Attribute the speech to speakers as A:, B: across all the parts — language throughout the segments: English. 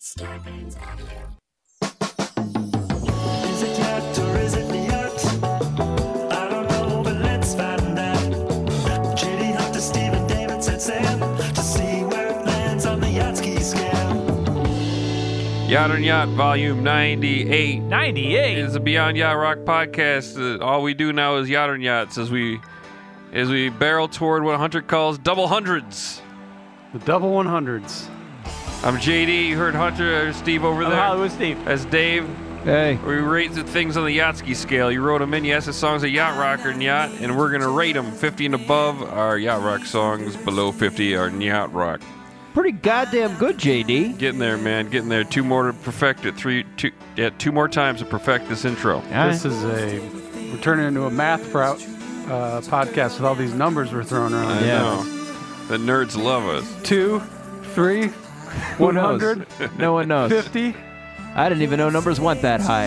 A: Starburns Audio.
B: Is it yet or is it yet? I don't know, but let's find out. JD Hunter, Steven Davids, and Sam to see where it lands on the Yatsky scale.
C: Yacht on Yacht, Volume 98.
D: 98.
C: It's a Beyond Yacht Rock podcast. Uh, all we do now is Yacht on Yachts as we as we barrel toward what Hunter calls double hundreds.
D: The double 100s.
C: I'm JD. You heard Hunter or Steve over
D: I'm
C: there.
D: Hollywood Steve.
C: That's Dave.
D: Hey.
C: We rate the things on the Yatsky scale. You wrote them in. You asked the songs of Yacht Rocker and Yacht, and we're going to rate them. 50 and above are Yacht Rock songs, below 50 are Yacht Rock.
E: Pretty goddamn good, JD.
C: Getting there, man. Getting there. Two more to perfect it. Three, two, yeah, two more times to perfect this intro.
D: This is a, we're turning into a math pro, uh, podcast with all these numbers we're throwing around.
C: I
E: Yeah.
C: know. The nerds love us.
D: Two, three,
E: Who knows?
D: 100,
E: No one knows.
D: 50.
E: I didn't even know numbers went that high.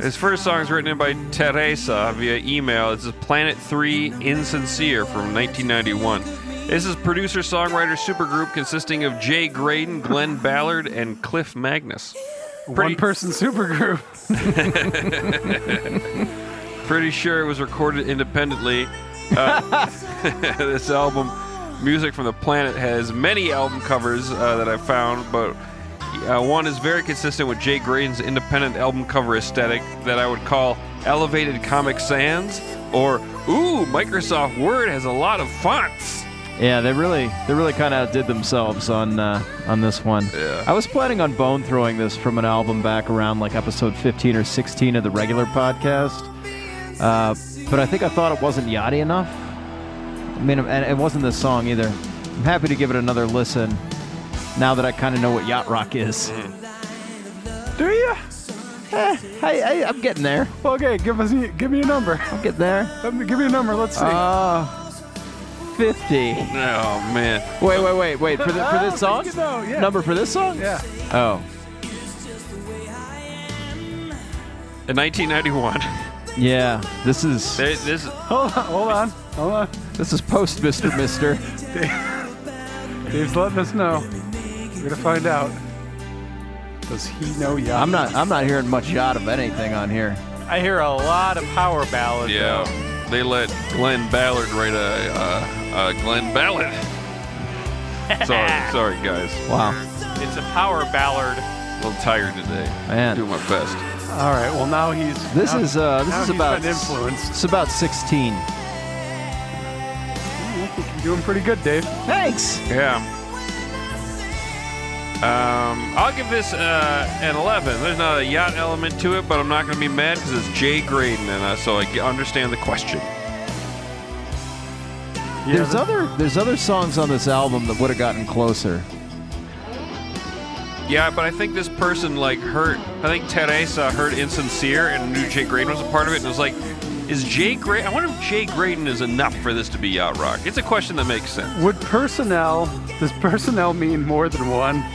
C: His first song is written in by Teresa via email. This is Planet 3 Insincere from 1991. This is producer songwriter supergroup consisting of Jay Graydon, Glenn Ballard, and Cliff Magnus.
D: One person supergroup.
C: Pretty sure it was recorded independently. Uh, this album, Music from the Planet, has many album covers uh, that I've found, but uh, one is very consistent with Jay Graydon's independent album cover aesthetic that I would call Elevated Comic Sans or Ooh, Microsoft Word has a lot of fonts.
E: Yeah, they really, they really kind of outdid themselves on uh, on this one.
C: Yeah.
E: I was planning on bone throwing this from an album back around like episode 15 or 16 of the regular podcast, uh, but I think I thought it wasn't yachty enough. I mean, and it wasn't this song either. I'm happy to give it another listen now that I kind of know what yacht rock is.
D: Do you?
E: Eh, I, I, I'm getting there.
D: Okay, give us, give me a number.
E: I'm getting there.
D: Let me, give me a number. Let's see.
E: Uh, 50.
C: Oh, man.
E: Wait, wait, wait, wait. For, the, for
D: Oh,
E: this song?
D: good though, yeah.
E: Number for this song?
D: yeah.
E: Oh.
C: In 1991,
E: Yeah. This is
C: they- this,
D: Hold on, hold on, hold on.
E: this is post Mr. Mister.
D: Dave's letting us know. We're gonna find out. Does he know Yahoo?
E: I'm not I'm not hearing much out of anything on here.
F: I hear a lot of power ballads.
C: yeah, they let Glenn Ballard write a, uh, uh Glenn Ballad. sorry, sorry, guys.
E: Wow.
F: though. It's a power ballad.
C: A little tired today.
E: Man.
C: Do my best.
D: All right. Well, now he's.
E: This
D: now-
E: is uh this
D: now
E: is
D: he's
E: about
D: been influenced.
E: It's about 16.
D: You're doing pretty good, Dave.
E: Thanks.
C: Yeah. Um, I'll give this uh, an 11. There's not a yacht element to it, but I'm not going to be mad because it's Jay Graydon, and uh, so I g- understand the question.
E: there's other there's other songs on this album that would have gotten closer.
C: Yeah, but I think this person like hurt. I think Teresa hurt insincere, and knew Jay Graydon was a part of it, and was like, "Is Jay Graydon? I wonder if Jay Graydon is enough for this to be yacht rock." It's a question that makes sense.
D: Would personnel? Does personnel mean more than one?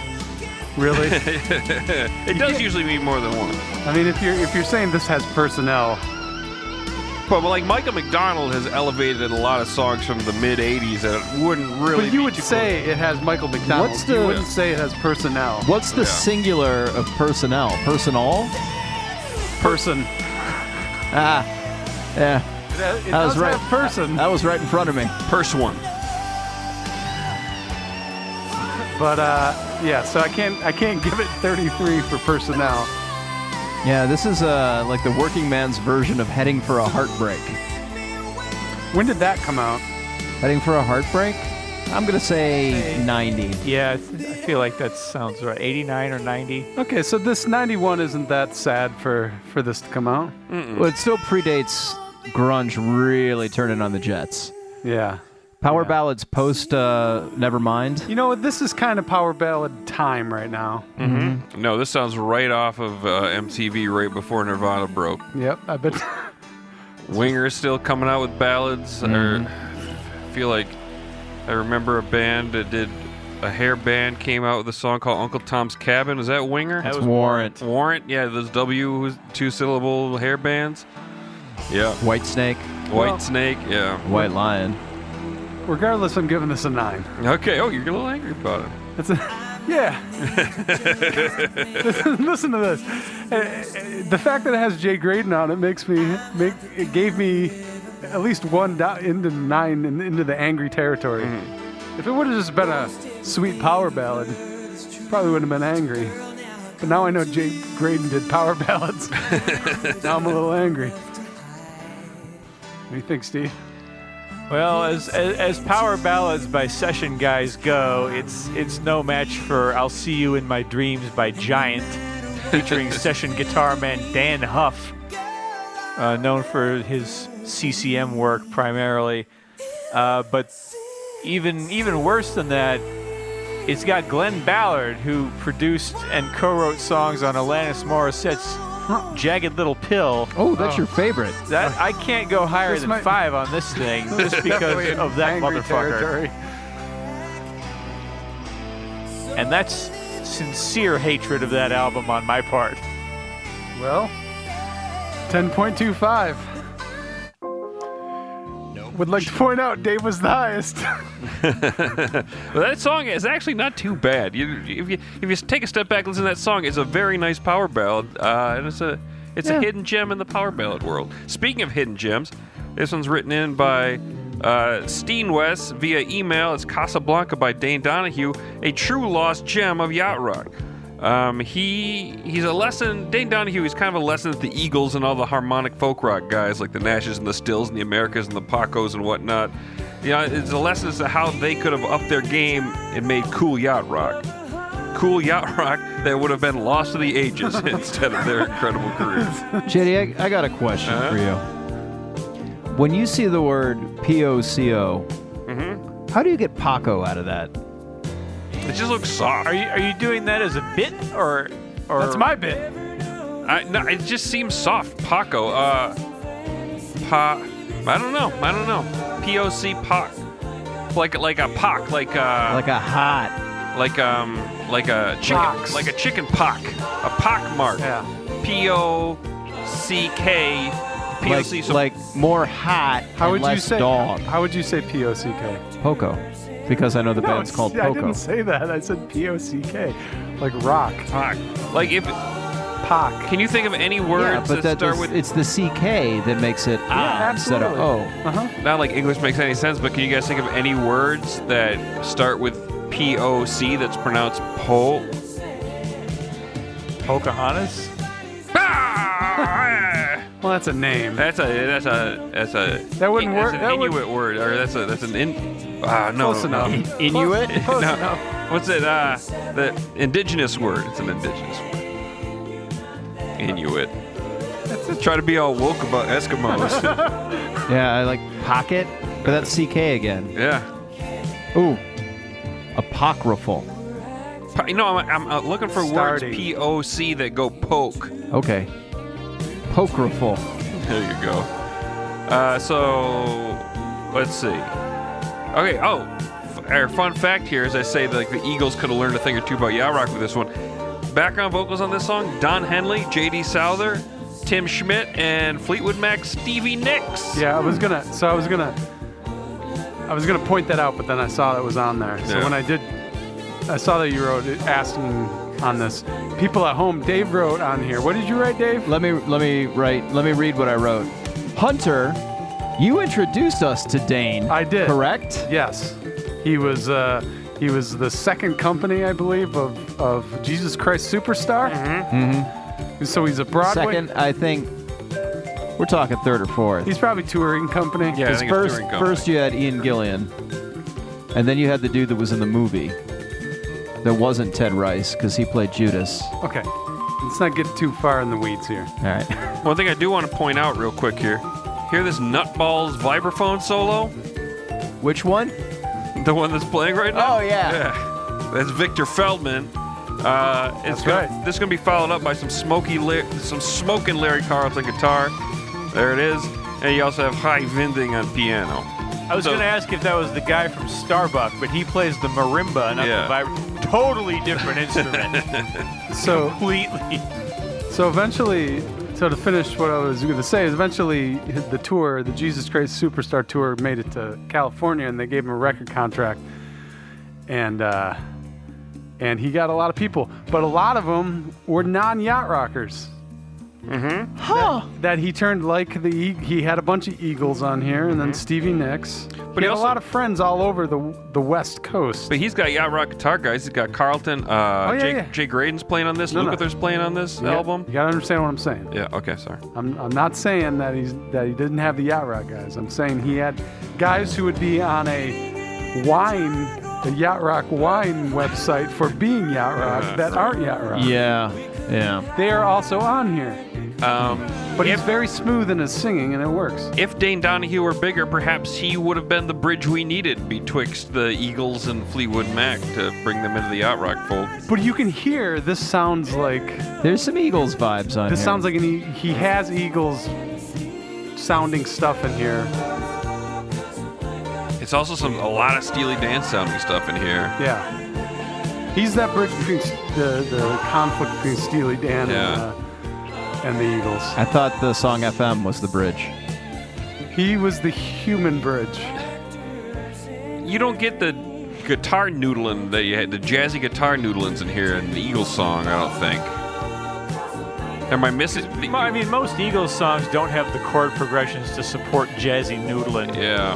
D: Really?
C: It does usually mean more than one.
D: I mean, if you're if you're saying this has personnel,
C: But like Michael McDonald has elevated a lot of songs from the mid '80s that wouldn't really.
D: but
C: be
D: you would
C: too
D: say it has Michael McDonald.
E: What's
D: you
E: the-
D: wouldn't say it has personnel.
E: What's the
C: Yeah.
E: singular of personnel? Personnel?
D: person?
E: Ah. Yeah.
D: It, ha- it
E: I was
D: does
E: right.
D: have person,
E: That was right in front of me.
C: purse one.
D: but uh, yeah. So I can't I can't give it 33 for personnel.
E: Yeah, this is uh like the working man's version of heading for a heartbreak.
D: When did that come out?
E: Heading for a heartbreak? I'm gonna say 90.
F: Yeah, I th- I feel like that sounds right. 89 or 90.
D: Okay, so this 91 isn't that sad for for this to come out.
F: Mm.
E: Well, it still predates grunge really turning on the Jets.
D: Yeah.
E: Power ballads post uh, Nevermind.
D: You know what? This is kind of power ballad time right now.
C: No, this sounds right off of uh, MTV right before Nirvana broke.
D: Yep, I bet.
C: Winger's still coming out with ballads.
F: Mm-hmm.
C: Or I feel like I remember a band that did a hair band came out with a song called Uncle Tom's Cabin. Was that Winger?
F: That was
E: Warrant.
C: Warrant, yeah, those W two syllable hair bands. Yeah,
E: White Snake.
C: White Snake, yeah.
E: White Lion.
D: Regardless, I'm giving this a nine.
C: Okay, oh, you're a little angry about it.
D: It's a, Yeah. listen, listen to this. Uh, uh, The fact that it has Jay Graydon on it makes me make it gave me at least one do- into nine and into the angry territory. If it would have just been a sweet power ballad, probably wouldn't have been angry. But now I know Jay Graydon did power ballads. now I'm a little angry. What do you think, Steve?
F: Well, as, as as power ballads by session guys go, it's it's no match for "I'll See You in My Dreams" by Giant, featuring session guitar man Dan Huff, uh, known for his CCM work primarily. Uh, but even even worse than that, it's got Glenn Ballard, who produced and co-wrote songs on Alanis Morissette's "Jagged Little Pill."
E: Oh, that's your favorite.
F: That I can't go higher
D: Oh. This
F: than
D: might-
F: five on this thing just
D: Definitely
F: because
D: in
F: of that
D: angry
F: motherfucker.
D: territory.
F: And that's sincere hatred of that album on my part.
D: Well, 10.25. Would like to point out Dave was the highest.
C: But that song is actually not too bad. You, if you if you take a step back, and listen to that song. It's a very nice power ballad, uh, and it's a it's a hidden gem in the power ballad world. Speaking of hidden gems, this one's written in by uh, Steen West via email. It's Casablanca by Dane Donahue, a true lost gem of yacht rock. Um, he he's a lesson. Dane Donahue. He's kind of a lesson to the Eagles and all the harmonic folk rock guys like the Nashes and the Stills and the Americas and the Pacos and whatnot. You know, it's a lesson as to how they could have upped their game and made cool yacht rock, cool yacht rock that would have been lost to the ages instead of their incredible careers.
E: JD, I, I got a question for you. When you see the word POCO, how do you get Paco out of that?
C: It just looks soft.
F: Are you are you doing that as a bit or or
D: That's my bit.
C: I, no, it just seems soft. Paco. Uh, pa. I don't know. I don't know. Poc Pac. Like like a pock. Like uh.
E: Like a hot.
C: like um like a chicken
F: Pox.
C: like a chicken pock a pock mark
F: Yeah.
C: p o c k p o
E: Like,
C: c
E: like more hot
D: How
E: and
D: would you
E: less
D: say?
E: dog.
D: How would you say POCK?
E: Poco. Because I know the band's
D: it's-
E: called
D: I
E: Poco.
D: didn't say that. I said POCK, like rock,
C: pock like if
D: pock.
C: can you think of any
E: Yeah,
C: words
E: but
C: that
E: that
C: start
E: is-
C: with
E: it's the CK that makes it ah instead of
D: absolutely.
E: O.
D: Uh huh.
C: not like English makes any sense but can you guys think of any words that start with p o c that's pronounced po
F: Pocahontas?
C: Ah!
D: Well, that's a name.
C: that's a that's a that's a
D: That wouldn't
C: that's
D: work-
C: an
D: that would-
C: Inuit word or that's a that's an in ah no
D: Close
C: no, no.
D: enough.
E: Inuit?
D: Close, close
C: No.
D: enough.
C: What's it? Uh, the indigenous word. It's an indigenous word. Inuit. Try to be all woke about Eskimos.
E: Yeah, I like pocket, but that's CK again.
C: yeah.
E: Ooh, apocryphal.
C: Po- You know, I'm, I'm uh, looking for
D: Starting.
C: words P O C that go poke.
E: Okay, pocryphal.
C: There you go. Uh, so let's see. Okay. Oh, f- our fun fact here is I say that, like the Eagles could have learned a thing or two about yacht rock with this one. Background vocals on this song: Don Henley, J.D. Souther, Tim Schmidt, and Fleetwood Mac Stevie Nicks.
D: Yeah, I was gonna. So I was gonna. I was gonna point that out, but then I saw that was on there. So
C: Yeah.
D: when I did, I saw that you wrote it asking on this. People at home, Dave wrote on here. What did you write, Dave?
E: Let me let me write. Let me read what I wrote. Hunter, you introduced us to Dane.
D: I did.
E: Correct.
D: Yes, he was. Uh, he was the second company, I believe, of of Jesus Christ Superstar. Mm-hmm. So he's a Broadway.
E: Second, I think we're talking third or fourth.
D: He's probably touring company.
C: Yeah, I
E: Because
C: think it's
E: first,
C: touring company.
E: first you had Ian Gillian, and then you had the dude that was in the movie. That wasn't Ted Rice because he played Judas. All
D: Okay. Let's not get too far in the weeds here.
E: right.
C: One thing I do want to point out real quick here. Hear this Nutball's vibraphone solo?
E: Which one?
C: The one that's playing right now?
E: Oh, yeah.
C: Yeah. That's Victor Feldman. Uh, it's
D: That's
C: gonna,
D: right.
C: This is going to be followed up by some smoky, Lar- some smoking Larry Carlton guitar. There it is. And you also have High Vinding on piano.
F: I was
C: So-
F: gonna ask if that was the guy from Starbuck, but he plays the marimba, not
C: Yeah.
F: the vibra- Totally different instrument.
D: So
F: Completely.
D: So eventually, so to finish what I was going to say is eventually the tour, the Jesus Christ Superstar tour, made it to California, and they gave him a record contract, and uh, and he got a lot of people, but a lot of them were non-yacht rockers.
C: Mm-hmm.
A: Huh.
D: That he turned like the E- he had a bunch of Eagles on here, and then Stevie Nicks. But he,
C: Mm-hmm. he
D: had
C: also-
D: a lot of friends all over the the West Coast.
C: But he's got yacht rock guitar guys. He's got Carlton. Uh,
D: Oh, yeah,
C: Jay,
D: yeah.
C: Jay Graydon's playing on this.
D: No, no.
C: Lukather's playing on this
D: You got-
C: album.
D: You gotta understand what I'm saying.
C: Yeah. Okay. Sorry.
D: I'm, I'm not saying that he's that he didn't have the yacht rock guys. I'm saying he had guys who would be on a wine, a yacht rock wine website for being yacht rock that aren't yacht rock.
E: Yeah, yeah.
D: They are also on here.
C: Um,
D: But he's very smooth in his singing, and it works.
C: if Dane Donahue were bigger, perhaps he would have been the bridge we needed betwixt the Eagles and Fleetwood Mac to bring them into the yacht rock fold.
D: But you can hear this sounds like
E: There's some Eagles vibes on
D: this
E: here.
D: sounds like an e- he has Eagles sounding stuff in here.
C: It's also some a lot of Steely Dan sounding stuff in here.
D: Yeah. He's that bridge between s- the, the conflict between Steely Dan
C: Yeah.
D: and, uh, and the Eagles.
E: I thought the song FM was the bridge.
D: He was the human bridge.
C: You don't get the guitar noodling that you had, the jazzy guitar noodlings in here in the Eagles song. I don't think. Am I missing?
F: Mo- I mean, most Eagles songs don't have the chord progressions to support jazzy noodling.
C: yeah.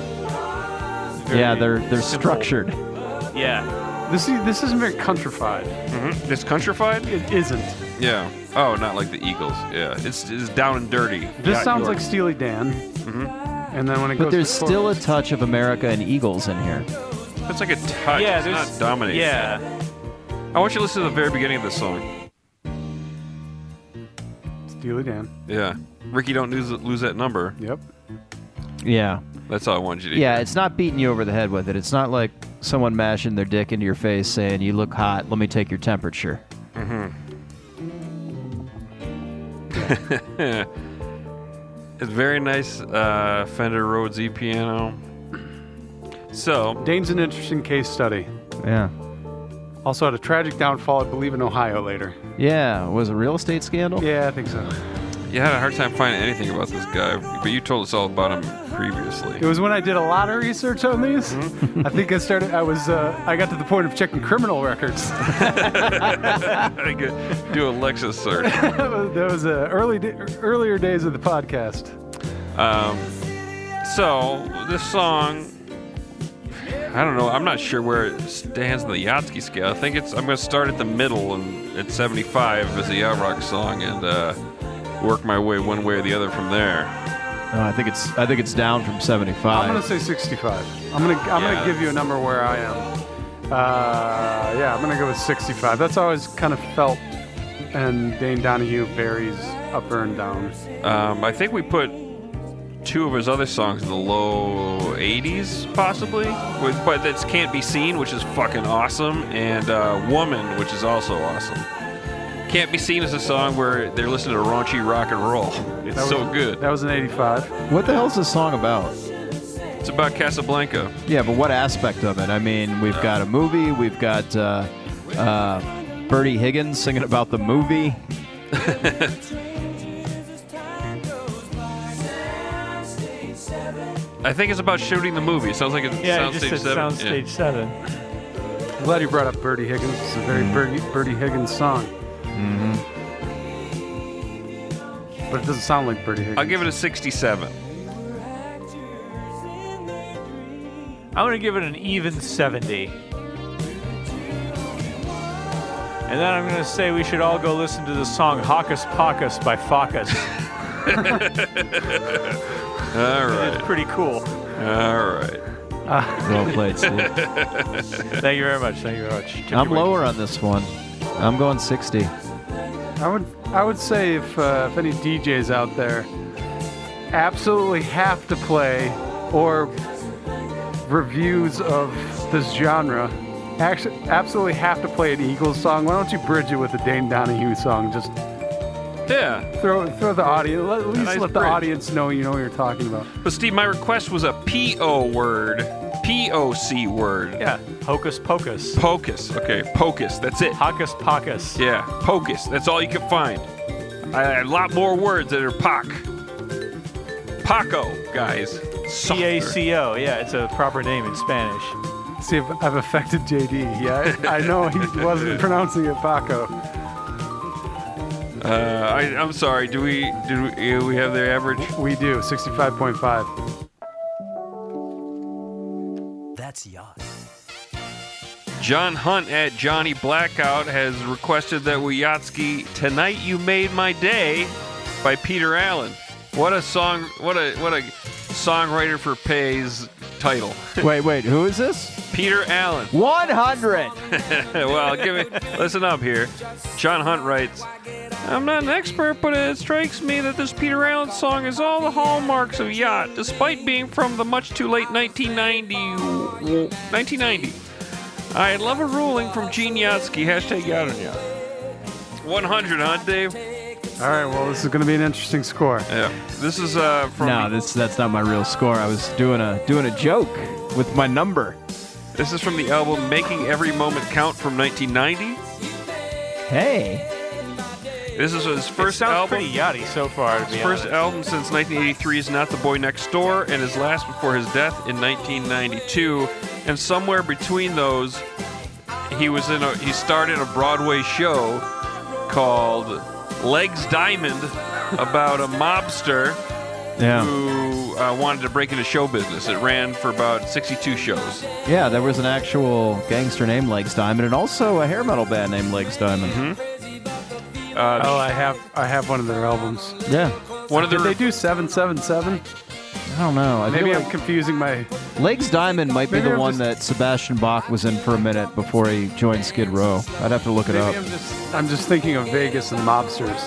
F: Very
E: yeah, they're they're
F: simple.
E: structured.
F: Yeah.
D: This is, this isn't very countrified.
C: Mm-hmm. This countrified.
D: It isn't.
C: Yeah. Oh, not like the Eagles. Yeah. It's, it's down and dirty.
D: This
C: Yacht
D: sounds
C: York.
D: like Steely Dan. And then when it
E: Mm-hmm. But
D: goes,
E: there's
D: to
E: still a
D: chorus-
E: touch of America and Eagles in here.
C: It's like a touch.
F: Yeah,
C: it's
F: there's
C: not dominating.
F: Yeah.
C: I want you to listen to the very beginning of this song.
D: Steely Dan.
C: Yeah. Ricky, don't lose, lose that number.
D: Yep.
E: Yeah.
C: That's all I wanted you to
E: Yeah, it's not beating you over the head with it. It's not like someone mashing their dick into your face saying, You look hot, let me take your temperature.
C: It's very nice uh, Fender Rhodes E piano. So,
D: Dane's an interesting case study.
E: Yeah.
D: Also had a tragic downfall, I believe, in Ohio later.
E: Yeah. Was it a real estate scandal?
D: Yeah, I think so.
C: you had a hard time finding anything about this guy, but you told us all about him previously.
D: It was when I did a lot of research on these.
E: Mm-hmm.
D: I think I started. I was. Uh, I got to the point of checking criminal records.
C: I could uh, do a Lexus search.
D: that was, that was uh, early, da- earlier days of the podcast.
C: Um, so, this song, I don't know, I'm not sure where it stands in the Yatsky scale. I think it's, I'm going to start at the middle and at 75 as a yacht rock song and uh, work my way one way or the other from there.
E: No, Oh, I think it's I think it's down from seventy
D: I'm gonna
E: five.
D: say 65. I'm gonna I'm
C: Yeah.
D: gonna give you a number where I am. Uh, yeah, I'm gonna go with 65. That's how I always kind of felt. And Dane Donahue varies upper and down.
C: Um, I think we put two of his other songs in the low 80s, possibly. With, but that's Can't Be Seen, which is fucking awesome, and uh, Woman, which is also awesome. Can't Be Seen is a song where they're listening to raunchy rock and roll. It's
D: That
C: so
D: was-
C: good.
D: That was an 85.
E: What the hell's this song about?
C: It's about Casablanca.
E: Yeah, but what aspect of it? I mean,
D: Uh.
E: we've got a movie. We've got uh, uh, Bertie Higgins singing about the movie.
C: I think it's about shooting the movie. It sounds like it's
F: Yeah,
C: soundstage
F: it just said
C: seven. Yeah.
F: Soundstage 7.
D: I'm glad you brought up Bertie Higgins. It's a very
C: Mm-hmm.
D: Bertie, Bertie Higgins song. But it doesn't sound like Bertie Higgins.
C: I'll give it a 67.
F: I'm gonna give it an even 70. And then I'm gonna say we should all go listen to the song Hocus Pocus by Focus.
C: All right.
F: It's pretty cool.
C: All right.
E: Well played. Steve.
F: Thank you very much. Thank you very much. Took
E: I'm
F: you away.
E: lower on this one. I'm going sixty.
D: I would I would say if uh, if any DJs out there absolutely have to play or reviews of this genre actually absolutely have to play an Eagles song. Why don't you bridge it with a Dane Donahue song? Just
C: Yeah.
D: throw throw the audience let, at least
C: nice
D: let the
C: bridge.
D: audience know you know what you're talking about.
C: But Steve, my request was a P-O word. P-O-C word.
F: Yeah. Hocus Pocus.
C: Pocus. Okay, Pocus. That's it.
F: Hocus Pocus.
C: Yeah, Pocus. That's all you can find. I, a lot more words that are Poc. Paco, guys. Softer.
F: P A C O. Yeah, it's a proper name in Spanish.
D: See if I've affected JD. Yeah, I, I know he wasn't pronouncing it Paco.
C: Uh, I, I'm sorry. Do we do we, uh, we have their average?
D: We do 65.5.
B: That's yacht.
C: John Hunt at Johnny Blackout has requested that we Yatsky "Tonight You Made My Day" by Peter Allen. What a song! What a what a songwriter for pays title.
E: Wait, wait, who is this?
C: Peter Allen.
E: 100.
C: well, give me listen up here. John Hunt writes, I'm not an expert, but it strikes me that this Peter Allen song has all the hallmarks of yacht, despite being from the much too late 1990. 1990. I love a ruling from Gene Yatsky. Hashtag yacht on yacht. 100, huh, Dave?
D: All right, well, this is going to be an interesting score.
C: Yeah. This is uh, from.
E: No, this that's not my real score. I was doing a doing a joke with my number.
C: This is from the album Making Every Moment Count from 1990.
E: Hey.
C: This is his
F: It
C: first
F: sounds
C: album.
F: pretty yachty so far. To be
C: His first
F: honest.
C: album since 1983 is Not the Boy Next Door, and his last before his death in 1992. And somewhere between those, he was in a he started a Broadway show called Legs Diamond about a mobster
E: Yeah.
C: who uh, wanted to break into show business. It ran for about 62 shows.
E: Yeah, there was an actual gangster named Legs Diamond and also a hair metal band named Legs Diamond.
D: Mm-hmm.
C: Uh,
D: Oh, I have I have one of their albums.
E: Yeah.
C: one of the
D: Did they do 777?
E: I don't know. I
D: Maybe
E: feel
D: I'm
E: like-
D: confusing my.
E: Legs Diamond might be
D: Maybe
E: the
D: I'm
E: one
D: just-
E: that Sebastian Bach was in for a minute before he joined Skid Row. I'd have to look it
D: Maybe
E: up.
D: I'm just I'm just thinking of Vegas and mobsters.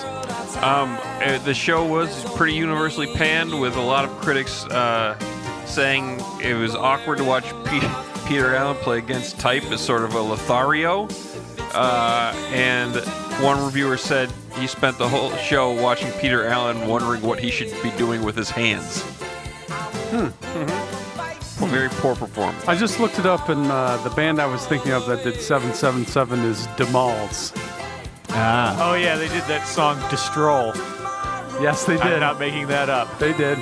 C: Um, uh, the show was pretty universally panned, with a lot of critics uh, saying it was awkward to watch Pe- Peter Allen play against type as sort of a Lothario. Uh, and one reviewer said he spent the whole show watching Peter Allen wondering what he should be doing with his hands. Mhm. Very poor performance.
D: I just looked it up, and uh, the band I was thinking of that did 777 is Demals.
E: Ah.
F: Oh yeah, they did that song "Destroll."
D: Yes, they
F: I'm
D: did.
F: not making that up.
D: They did.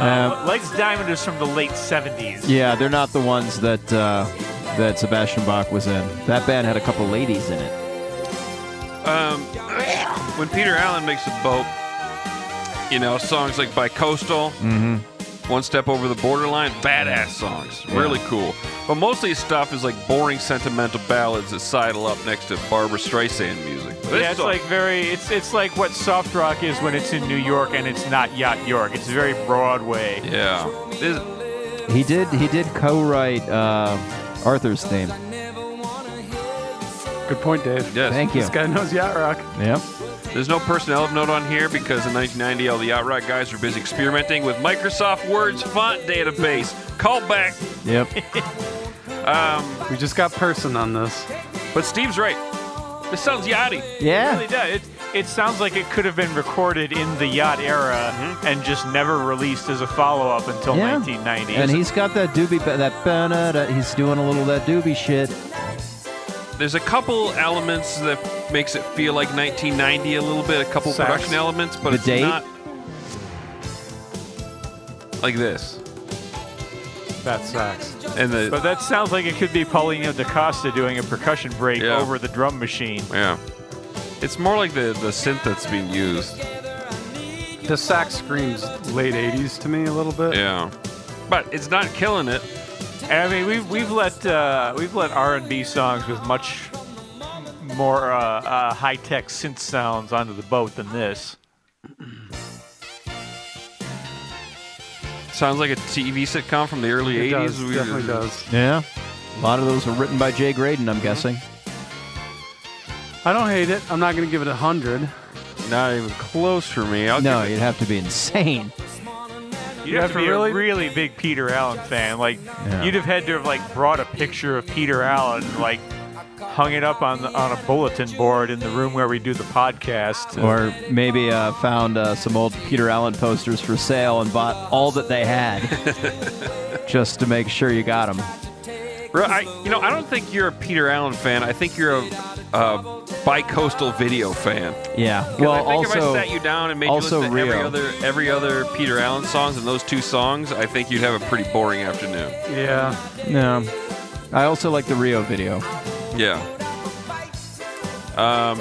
E: Uh,
F: Legs Diamond is from the late '70s.
E: yeah, they're not the ones that uh, that Sebastian Bach was in. That band had a couple ladies in it.
C: um, when Peter Allen makes a boat, you know, songs like By Coastal,
E: Mm-hmm.
C: One Step Over the Borderline, badass songs. Really cool. But mostly his stuff is like boring sentimental ballads that sidle up next to Barbara Streisand music. But this
F: Yeah, it's
C: song-
F: like very. It's it's like what soft rock is when it's in New York and it's not yacht York. It's very Broadway.
C: Yeah. This-
E: He did he did co-write uh, Arthur's theme.
D: Good point, Dave.
C: yes.
E: Thank you.
D: This guy knows yacht rock.
E: Yep.
C: There's no personnel of note on here because in 1990, all the Outright guys were busy experimenting with Microsoft Word's font database. Callback
E: Yep.
D: We just got person on this.
C: But Steve's right. This sounds yachty.
F: It
E: Yeah.
F: really does. It it sounds like it could have been recorded in the yacht era and just never released as a follow up until
E: Yeah.
F: 1990.
E: And he's got that doobie ba- that ba- da- he's doing a little that doobie shit.
C: There's a couple elements that makes it feel like 1990 a little bit, a couple
D: Sax.
C: production elements, but
E: The
C: it's
E: date?
C: not like this.
D: That sucks.
C: And the
F: but that sounds like it could be Paulino Da Costa doing a percussion break
C: Yeah.
F: over the drum machine.
C: yeah, it's more like the the synth that's being used.
D: The sax screams late 80s to me a little bit.
C: Yeah, but it's not killing it.
F: I mean, we've we've let uh, we've let R and B songs with much more uh, uh, high tech synth sounds onto the boat than this.
C: Sounds like a TV sitcom from the early
D: It
C: 80s.
D: does,
C: We-
D: definitely does.
E: Yeah. Mm-hmm. A lot of those were written by Jay Graydon, I'm guessing.
D: I don't hate it. I'm not going to give it a 100.
C: Not even close for me. I'll
E: No,
C: give
E: you'd have to be insane.
F: You'd have, to be a really big Peter Allen fan. Like you'd have had to have like brought a picture of Peter Allen, and, like hung it up on the, on a bulletin board in the room where we do the podcast.
E: Or maybe uh, found uh, some old Peter Allen posters for sale and bought all that they had just to make sure you got them.
C: it- Re- I, you know, I don't think you're a Peter Allen fan. I think you're a, a bi-coastal video fan.
E: Yeah.
C: 'Cause
E: Well,
C: I think
E: also,
C: if I sat you down and made
E: also
C: you listen to every
E: Rio.
C: other every other Peter Allen songs and those two songs, I think you'd have a pretty boring afternoon.
D: Yeah.
E: no. I also like the Rio video.
C: Yeah. Um,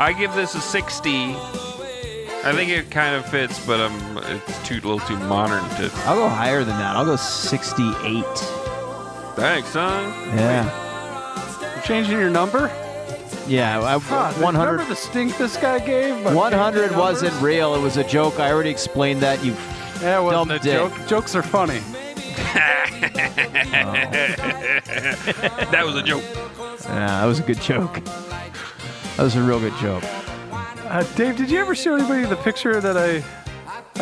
C: I give this a 60. I think it kind of fits, but um, it's too a little too modern to.
E: I'll go higher than that. I'll go 68.
C: Thanks, son.
E: Yeah.
D: Changing your number?
E: Yeah. I,
D: Huh,
E: 100,
D: Remember the stink this guy gave? by
E: 100
D: changing numbers?
E: wasn't real. It was a joke. I already explained that. You.
D: Yeah, it wasn't
E: dumb
D: a
E: dick.
D: joke. Jokes are funny.
C: That was a joke.
E: Yeah, that was a good joke. That was a real good joke.
D: Uh, Dave, did you ever show anybody the picture that I,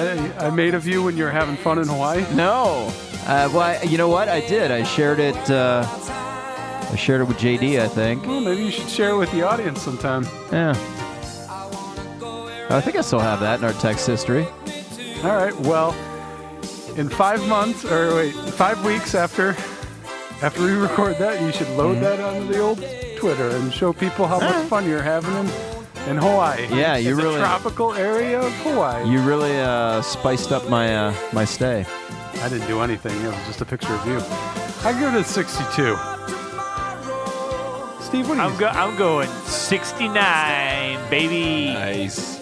D: I I made of you when you were having fun in Hawaii?
E: No. Uh, well, I, you know what? I did. I shared it. Uh, I shared it with JD. I think.
D: Well, maybe you should share it with the audience sometime.
E: Yeah. I think I still have that in our text history.
D: All right. Well, in five months, or wait, five weeks after after we record that, you should load
E: Mm-hmm.
D: that onto the old Twitter and show people how much fun you're having in, in Hawaii.
E: Yeah, you
D: It's a
E: really-
D: tropical area of Hawaii.
E: You really uh, spiced up my uh, my stay.
D: I didn't do anything. It was just a picture of you. I give it a 62. Steve, what do you?
F: I'm, go- I'm going 69, baby.
C: Nice.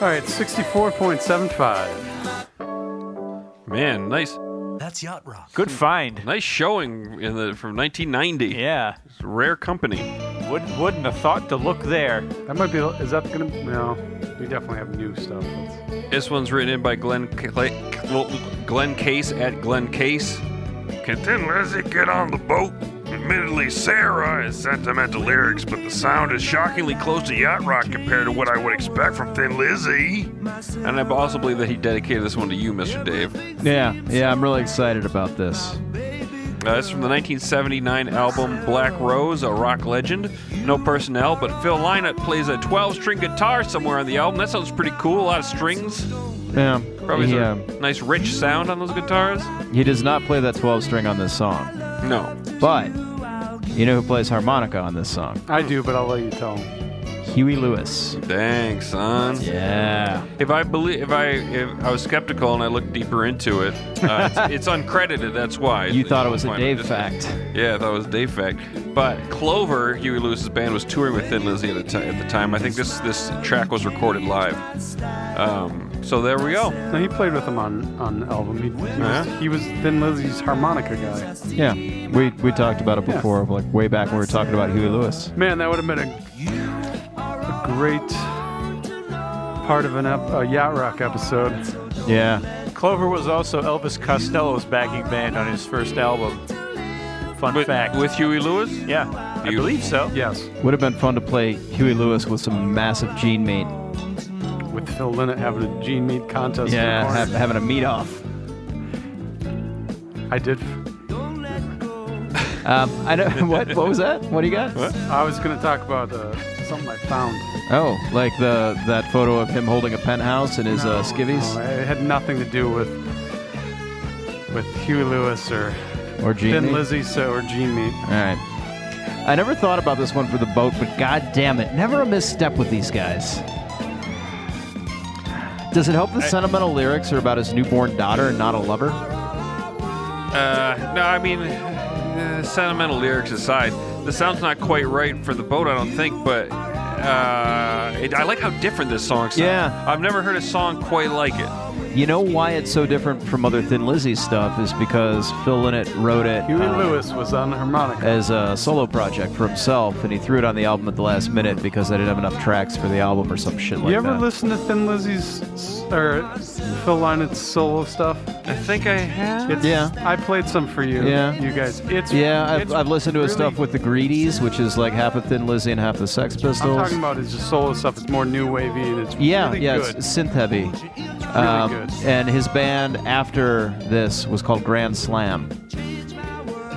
D: All right, 64.75.
C: Man, nice,
B: That's yacht rock.
F: Good find.
C: nice showing in the from 1990.
F: Yeah.
C: It's rare company.
F: Wouldn't, wouldn't have thought to look there.
D: That might be. Is that gonna? No, we definitely have new stuff. Let's-
C: This one's written in by Glenn Cla- Cl- Glenn Case at Glenn Case. Can Thin Lizzy get on the boat? Admittedly, Sarah is sentimental lyrics, but the sound is shockingly close to yacht rock compared to what I would expect from Thin Lizzy. And I also believe that he dedicated this one to you, Mr. Dave.
E: Yeah, yeah, I'm really excited about this.
C: Uh, it's from the 1979 album Black Rose, a rock legend. No personnel, but Phil Lynott plays a 12 string guitar somewhere on the album. That sounds pretty cool. A lot of strings.
E: Yeah,
C: Probably
E: he,
C: some nice rich sound on those guitars.
E: um, he does not play that 12 string on this song,
C: No.
E: but you know who plays harmonica on this song?
D: I do, but I'll let you tell them.
E: Huey Lewis.
C: Dang, son.
E: Yeah.
C: If I believe, if I, if I was skeptical and I looked deeper into it, uh, it's, it's uncredited. That's why
E: You thought it was a
C: Fine,
E: Dave
C: just-
E: fact.
C: Yeah, I thought it was Dave fact. But Clover, Huey Lewis's band, was touring with Thin Lizzy at the, ti- at the time. I think this this track was recorded live. Um, so there we go.
D: No, he played with them on on album. He, he, was,
E: Uh-huh.
C: Yeah?
D: he was Thin Lizzy's harmonica guy.
E: Yeah, we we talked about it before, like way back when we were talking about Huey Lewis.
D: Man, that would have been a, a great part of an ep- a yacht rock episode.
E: Yeah,
F: Clover was also Elvis Costello's backing band on his first album. Fun
C: With,
F: fact.
C: with Huey Lewis?
F: yeah, I
C: You-
F: believe so.
D: Yes,
E: would have been fun to play Huey Lewis with some massive gene meat.
D: with Phil Lynott having a gene meat contest. in the
E: Yeah,
D: corner.
E: have, having a meat off.
D: I did.
E: Um, I know what what was that? What do you got?
D: I was gonna talk about uh, something I found.
E: Oh, like the that photo of him holding a penthouse in his uh, skivvies
D: No, Oh, it had nothing to do with with Huey Lewis or
E: or gene
D: Thin
E: meat?
D: Lizzy so, or Gene Meat.
E: All right. I never thought about this one for the boat, but god damn it, never a misstep with these guys. Does it help the sentimental lyrics are about his newborn daughter and not a lover?
C: Uh, no, I mean, uh, sentimental lyrics aside, the sound's not quite right for the boat, I don't think, but uh, it, I like how different this song sounds.
E: Yeah.
C: I've never heard a song quite like it.
E: You know why it's so different from other Thin Lizzy stuff is because Phil Lynott wrote it
D: Huey
E: uh,
D: Lewis was on the harmonica.
E: as a solo project for himself, and he threw it on the album at the last minute because they didn't have enough tracks for the album or some shit like
D: you ever
E: that.
D: listen to Thin Lizzy's s- or Phil Lynott's solo stuff?
C: I think I have.
D: It's,
E: Yeah.
D: I played some for you.
E: Yeah.
D: You guys. It's
E: yeah, I've,
D: it's
E: I've listened to his
D: really-
E: stuff with the Greedies, which is like half of Thin Lizzy and half the Sex
D: I'm
E: Pistols.
D: talking about his just solo stuff. It's more new wavy and it's
E: Yeah,
D: really
E: yeah,
D: good.
E: it's synth heavy.
D: really
E: Um,
D: good.
E: And his band after this was called Grand Slam,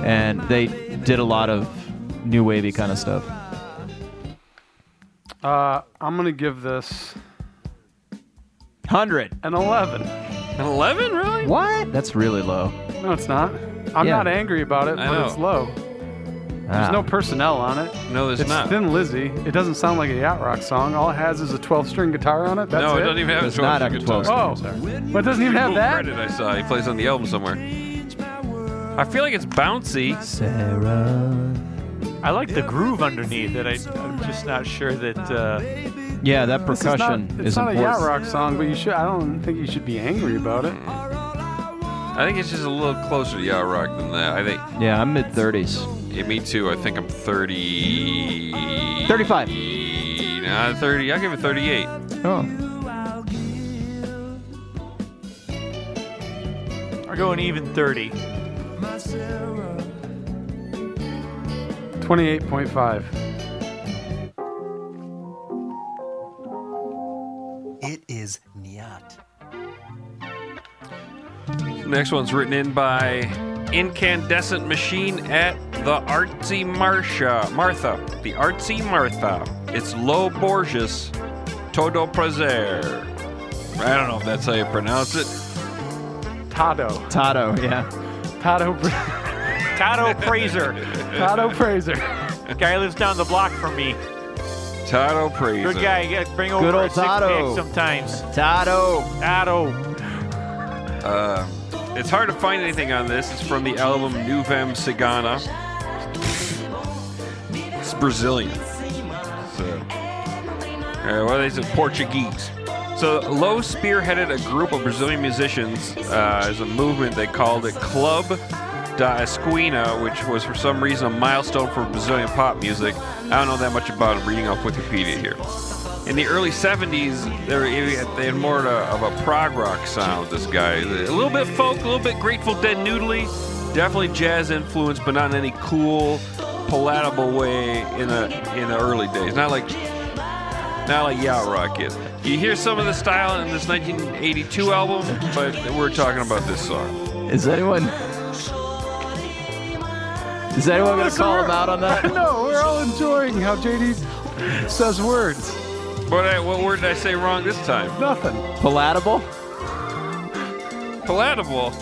E: and they did a lot of new wavy kind of stuff.
D: Uh, I'm gonna give this
E: Hundred.
D: an 11.
C: An 11, really?
E: What? That's really low.
D: No, it's not. I'm
E: Yeah.
D: not angry about it,
C: I
D: but
C: know.
D: it's low. There's
E: Ah.
D: no personnel on it.
C: No, there's
D: It's
C: not.
D: Thin Lizzy. It doesn't sound like a yacht rock song. All it has is a 12-string guitar on it. That's
C: no,
D: it.
C: it doesn't even have
E: It's
C: a 12
E: not a
C: guitar.
E: 12
D: Oh, but it doesn't even have
C: Cool
D: that.
C: credit I saw. He plays on the album somewhere. I feel like it's bouncy.
E: Ah. Sarah.
F: I like the groove underneath it. I, I'm just not sure that. Uh,
E: Yeah, that
D: This is not-
E: percussion
D: It's
E: is
D: not a yacht
E: important.
D: rock song, but you should. I don't think you should be angry about it.
C: I think it's just a little closer to yacht rock than that. I think.
E: Yeah, I'm mid 30s.
C: Yeah, me too. I think I'm 30.
E: 35.
C: Nah, 30. I'll give it 38.
E: Oh.
F: we're going even 30.
D: 28.5.
B: It is Nyat.
C: Next one's written in by Incandescent Machine at the Artsy Marsha. Martha. The Artsy Martha. It's Lo Borges Todo Prazer. I don't know if that's how you pronounce it.
D: Tado.
E: Tato, yeah.
D: Tado,
F: Tato Fraser.
D: Tado Fraser.
F: Guy lives down the block from me.
C: Todo Prazer.
F: Good guy. You gotta Bring over
E: old
F: a six pack
E: Tato.
F: sometimes.
E: Tato.
F: Tato.
C: Uh, it's hard to find anything on this. It's from the album Nuvem Cigana. It's Brazilian. So, uh, what is it? Portuguese. So, Low spearheaded a group of Brazilian musicians uh, as a movement. They called it Club da Esquina, which was for some reason a milestone for Brazilian pop music. I don't know that much about it. I'm reading off Wikipedia here. In the early 70s, they, were, they had more of a, of a prog rock sound, this guy. A little bit folk, a little bit Grateful Dead noodly. Definitely jazz influence, but not in any cool, palatable way in the, in the early days. Not like not like yacht rock is. You hear some of the style in this 1982 album, but we're talking about this song.
E: Is anyone. Is anyone going to call him out on that?
D: no, we're all enjoying how JD says words.
C: But I, what word did I say wrong this time?
D: Nothing.
E: Palatable?
C: Palatable,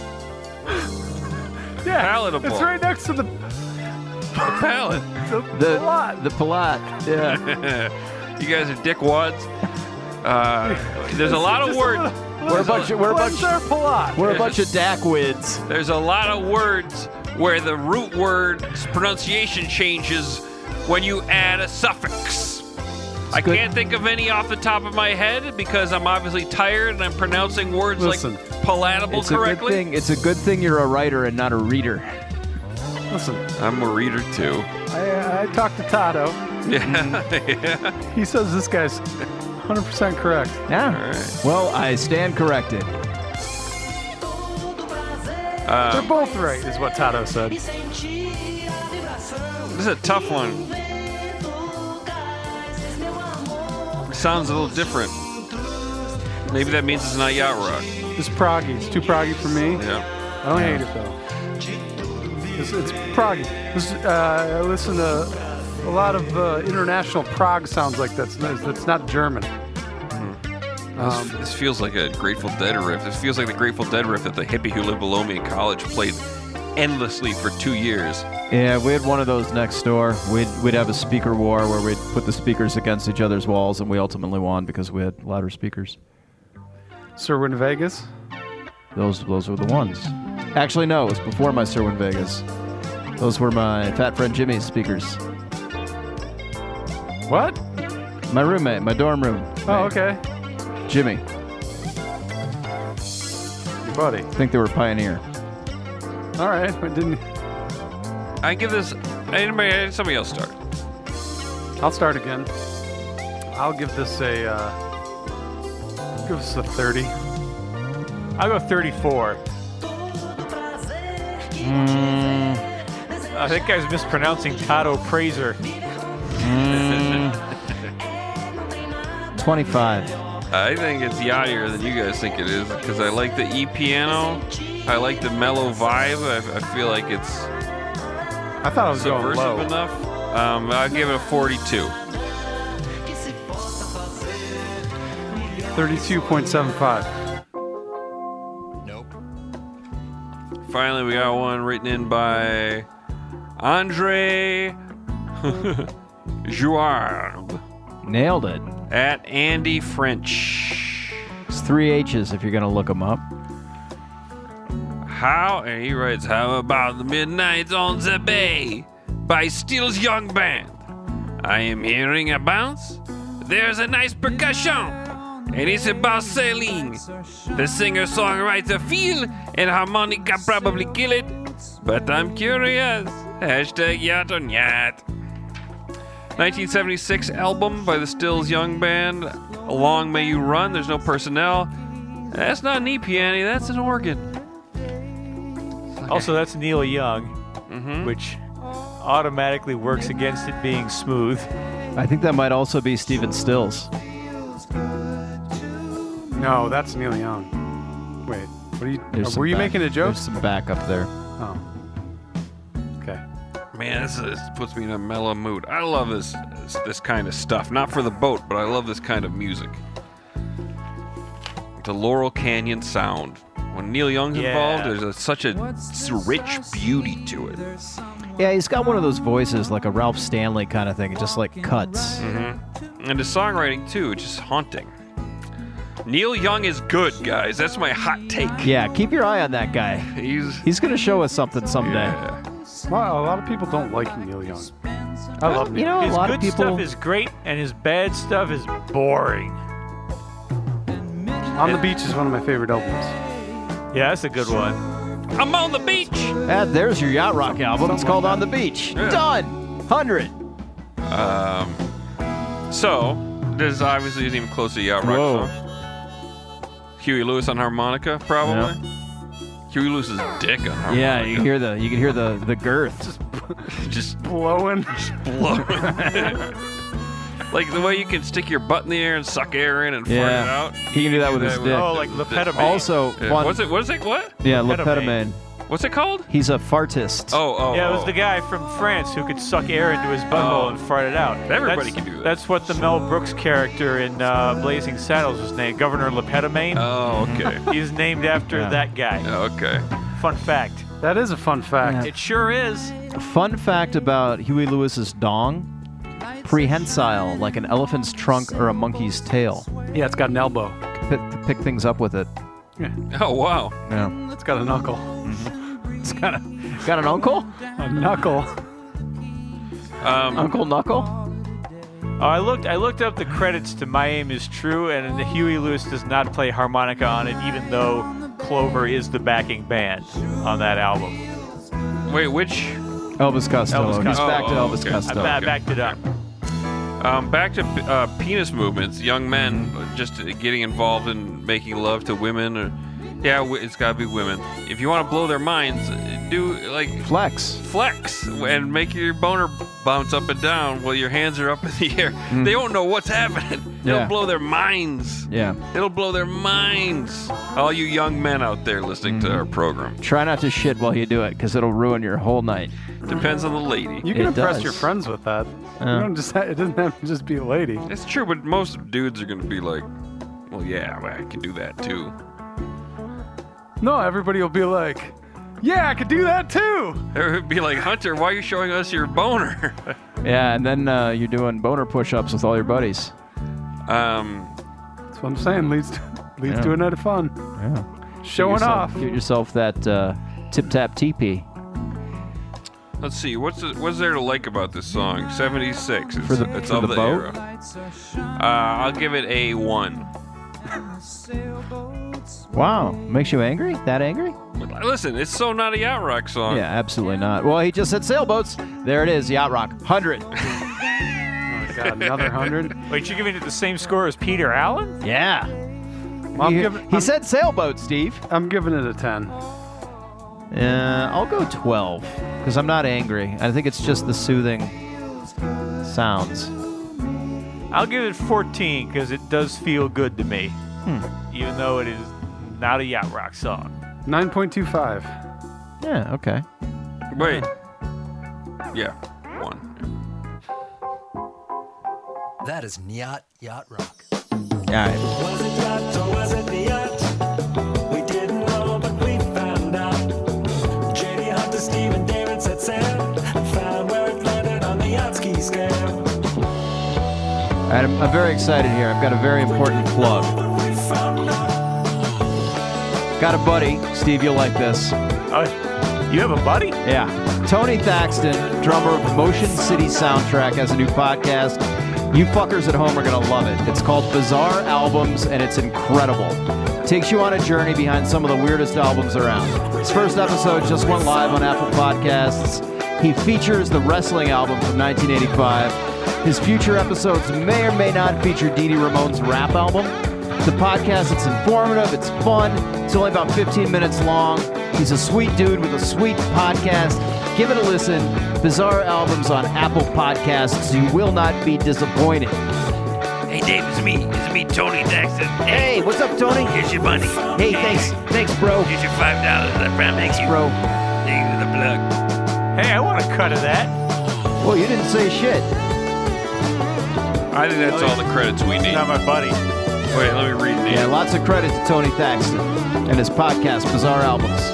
D: Yeah,
C: Palatable.
D: It's right next to the,
C: palate.
D: the,
E: The,
D: lot.
E: the palat. Yeah.
C: You guys are dickwads. Uh, there's a lot of
D: Just a
C: words.
D: little-
E: We're a bunch of- we're a
D: Cleanse
E: bunch-
D: our palate.
E: We're a bunch of dackwids.
C: There's a lot of words where the root word's pronunciation changes when you add a suffix. I
E: good.
C: can't think of any off the top of my head because I'm obviously tired and I'm pronouncing words
D: Listen,
C: like palatable
E: It's a good
C: correctly.
E: thing. It's a good thing you're a writer and not a reader.
D: Listen,
C: I'm a reader too.
D: I, I talked to Tado.
C: Yeah.
D: He says this guy's 100% correct.
E: Yeah. Well, I stand corrected.
D: They're both right, Oh. is what Tado said.
C: this is a tough one. Sounds a little different. Maybe that means it's not yacht rock.
D: It's proggy. It's too proggy for me.
C: Yeah.
D: I don't hate it though. It's, it's proggy. This, uh, I listen to a lot of uh, international prog sounds like that's that's not German.
C: This, this feels like a Grateful Dead riff. This feels like the Grateful Dead riff that the hippie who lived below me in college played endlessly for two years.
E: Yeah, we had one of those next door. We'd we'd have a speaker war where we'd put the speakers against each other's walls, and we ultimately won because we had louder speakers.
D: Sir Win Vegas.
E: Those those were the ones. Actually, no, it was before my Sirwin Vegas. Those were my fat friend Jimmy's speakers.
D: What?
E: My roommate, my dorm room.
D: Oh, okay.
E: Jimmy.
D: Your buddy.
E: I think they were Pioneer.
D: All right. I didn't.
C: I give this. Anybody, somebody else start.
D: I'll start again. I'll give this a. Uh, give us a 30.
F: I'll go 34. I think I was Uh, mispronouncing Tato Praiser.
D: Mm.
E: 25.
C: I think it's yachtier than you guys think it is because I like the E piano. I like the mellow vibe. I, I feel like it's
D: I thought I was going
C: subversive
D: low.
C: enough. Um, I'll give it a 42.
D: 32.75.
C: Finally, we got one written in by Andre Jouard
E: Nailed it.
C: at Andy French.
E: It's three H's if you're going to look them up.
C: How and he writes, How about the midnights on the bay by Steel's Young Band? I am hearing a bounce. There's a nice percussion. And it's about sailing. The singer songwriter feel and harmonica probably kill it. But I'm curious. Hashtag yacht on yacht. 1976 album by the Stills Young Band. Long May You Run. There's no personnel. That's not an E piano, that's an organ.
F: Also, that's Neil Young, which automatically works against it being smooth.
E: I think that might also be Steven Stills.
D: No, that's Neil Young. Wait, what are you?
E: There's some
D: were you
E: back-
D: making a joke?
E: There's some backup there.
D: Oh. Okay.
C: Man, this, is, this puts me in a mellow mood. I love this this kind of stuff. Not for the boat, but I love this kind of music. The Laurel Canyon sound. When Neil Young's
F: Yeah.
C: involved, there's a, such a s- rich beauty to it.
E: Yeah, he's got one of those voices, like a Ralph Stanley kind of thing. It just like cuts.
C: And his songwriting too, it's just haunting. Neil Young is good, guys. That's my hot take.
E: Yeah, keep your eye on that guy.
C: He's
E: He's gonna show us something someday.
C: yeah.
D: Well, a lot of people don't like Neil Young. I love Neil.
E: You know, a
F: His
E: lot
F: good
E: of people.
F: stuff is great, and his bad stuff is boring.
D: On the Beach is one of my favorite albums.
F: Yeah, that's a good one.
C: I'm on the beach.
E: Ah, there's your yacht rock album. It's
D: Something
E: called
D: like
E: On the Beach.
C: Yeah.
E: Done. Hundred.
C: Um, So, this is obviously isn't even close to Yacht Rock
E: Whoa.
C: song. Huey Lewis on harmonica, probably. Huey Lewis's dick on harmonica.
E: Yeah, you can hear the you can hear the the girth.
C: just
D: Blowing.
C: blowing. like the way you can stick your butt in the air and suck air in and
E: Yeah.
C: fart it out.
E: He can do that with his dick.
F: Oh, like Lepetamine.
E: Also,
C: Yeah.
E: one,
C: What's it? What's it? What?
E: yeah,
F: Lepetamine.
E: Lepetamine.
C: What's it called?
E: He's a fartist.
C: Oh, oh.
F: Yeah, it
C: oh.
F: was the guy from France who could suck air into his butthole
C: Oh.
F: and fart it out.
C: Everybody
F: that's,
C: can do that.
F: That's what the Mel Brooks character in uh, Blazing Saddles was named, Governor Lepetamine.
C: Oh, okay.
F: He's named after
E: Yeah.
F: that guy.
C: okay.
F: Fun fact.
D: That is a fun fact.
F: It sure is.
E: Fun fact about Huey Lewis's dong: prehensile, like an elephant's trunk or a monkey's tail.
D: Yeah, it's got an elbow.
E: Pick, pick things up with it.
D: Yeah,
C: Oh, wow.
E: Yeah.
D: it's got a knuckle.
E: It's got a got an uncle,
D: A knuckle.
C: Um,
E: Uncle Knuckle.
F: Oh, I looked. I looked up the credits to "My Aim Is True," and Huey Lewis does not play harmonica on it, even though Clover is the backing band on that album.
C: wait, which?
E: Elvis Costello.
F: Elvis
E: He's
F: Costello.
E: back to
C: Oh,
E: Elvis
C: okay.
F: I,
E: Costello.
F: I backed it up.
C: Um, back to uh, penis movements. Young men just getting involved in making love to women. Or, yeah, w- it's got to be women. If you want to blow their minds, do like
E: Flex.
C: flex and make your boner bounce up and down while your hands are up in the air. They don't know what's happening. It'll
E: Hmm. Yeah.
C: blow their minds.
E: Yeah.
C: It'll blow their minds. All you young men out there listening
E: Hmm.
C: to our program.
E: Try not to shit while you do it, because it'll ruin your whole night.
C: Depends on the lady.
D: You can
E: It
D: impress
E: does. Uh.
D: your friends with that. You don't just. ha- It doesn't have to just be a lady.
C: It's true, but most dudes are going to be like, well, yeah, I can do that too.
D: No, everybody will be like, "Yeah, I could do that too."
C: It would be like, Hunter, why are you showing us your boner?
E: Yeah, and then uh, you're doing boner push-ups with all your buddies.
C: um,
D: That's what I'm saying. Leads to, leads
E: Yeah.
D: to a night of fun.
E: Yeah.
D: Showing off.
E: Get yourself that uh, tip-tap teepee
C: let's see. What's the, what's there to like about this song? 76. It's,
E: For the-
C: it's
E: for
C: of
E: the
C: the,
E: boat?
C: era. Uh, I'll give it a 1.
E: Wow, makes you angry? That angry?
C: Listen, it's so not a yacht rock song.
E: Yeah, absolutely not. Well, he just said sailboats. There it is, yacht rock, hundred.
D: Oh, God, another hundred.
F: Wait, you're giving it the same score as Peter Allen?
E: Yeah.
D: I'm
E: he
D: giving-
E: he
D: I'm-
E: said sailboat, Steve.
D: I'm giving it a ten.
E: Uh, I'll go twelve because I'm not angry. I think it's just the soothing sounds.
F: I'll give it 14 because it does feel good to me,
C: Hmm.
F: even though it is not a yacht rock song.
D: Nine point two five.
E: Yeah. Okay.
C: Wait. Yeah, 1.
B: That is Nyat Yacht Rock.
E: All right.
B: Was it yacht or was it the yacht? We didn't know, but we found out. JD Hunter, Steven David set sail and found where it landed on the yacht ski scale.
E: All right. I'm, I'm very excited here. I've got a very important plug.
B: But we found out.
E: Got a buddy, Steve. You'll like this.
C: Oh,
F: Uh, you have a buddy?
E: Yeah. Tony Thaxton, drummer of Motion City Soundtrack, has a new podcast. You fuckers at home are going to love it. It's called Bizarre Albums, and it's incredible. Takes you on a journey behind some of the weirdest albums around. His first episode just went live on Apple Podcasts. He features the wrestling album from 1985. His future episodes may or may not feature Dee Dee Ramone's rap album. The podcast, it's informative, it's fun, it's only about 15 minutes long. He's a sweet dude with a sweet podcast. Give it a listen. Bizarre albums on Apple Podcasts. You will not be disappointed.
G: Hey, Dave, it's me. It's me, Tony Jackson. Hey,
E: Hey, what's up, Tony?
G: here's your money.
E: Hey, thanks. Thanks, bro.
G: Here's your five dollars. I promise you.
E: Bro.
G: Dig the plug.
F: Hey, I want a cut of that.
E: Well, you didn't say shit.
C: I think that's all the credits we need.
F: Not my buddy.
C: Wait, let me read these.
E: Yeah, lots of credit to Tony Thaxton and his podcast, Bizarre Albums.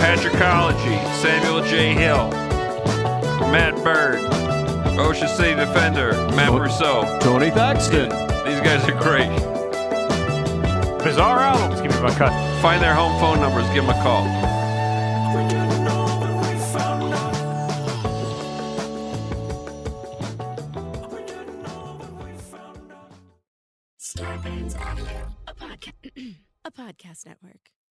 C: Patrickology, Samuel J. Hill, Matt Bird, Ocean City Defender, Matt
E: What?
C: Rousseau.
E: Tony Thaxton.
C: These guys are great.
F: Bizarre albums. Give me my cut.
C: Find their home phone numbers, give them a call.
H: Scarpins Audio, a, podca- a podcast network.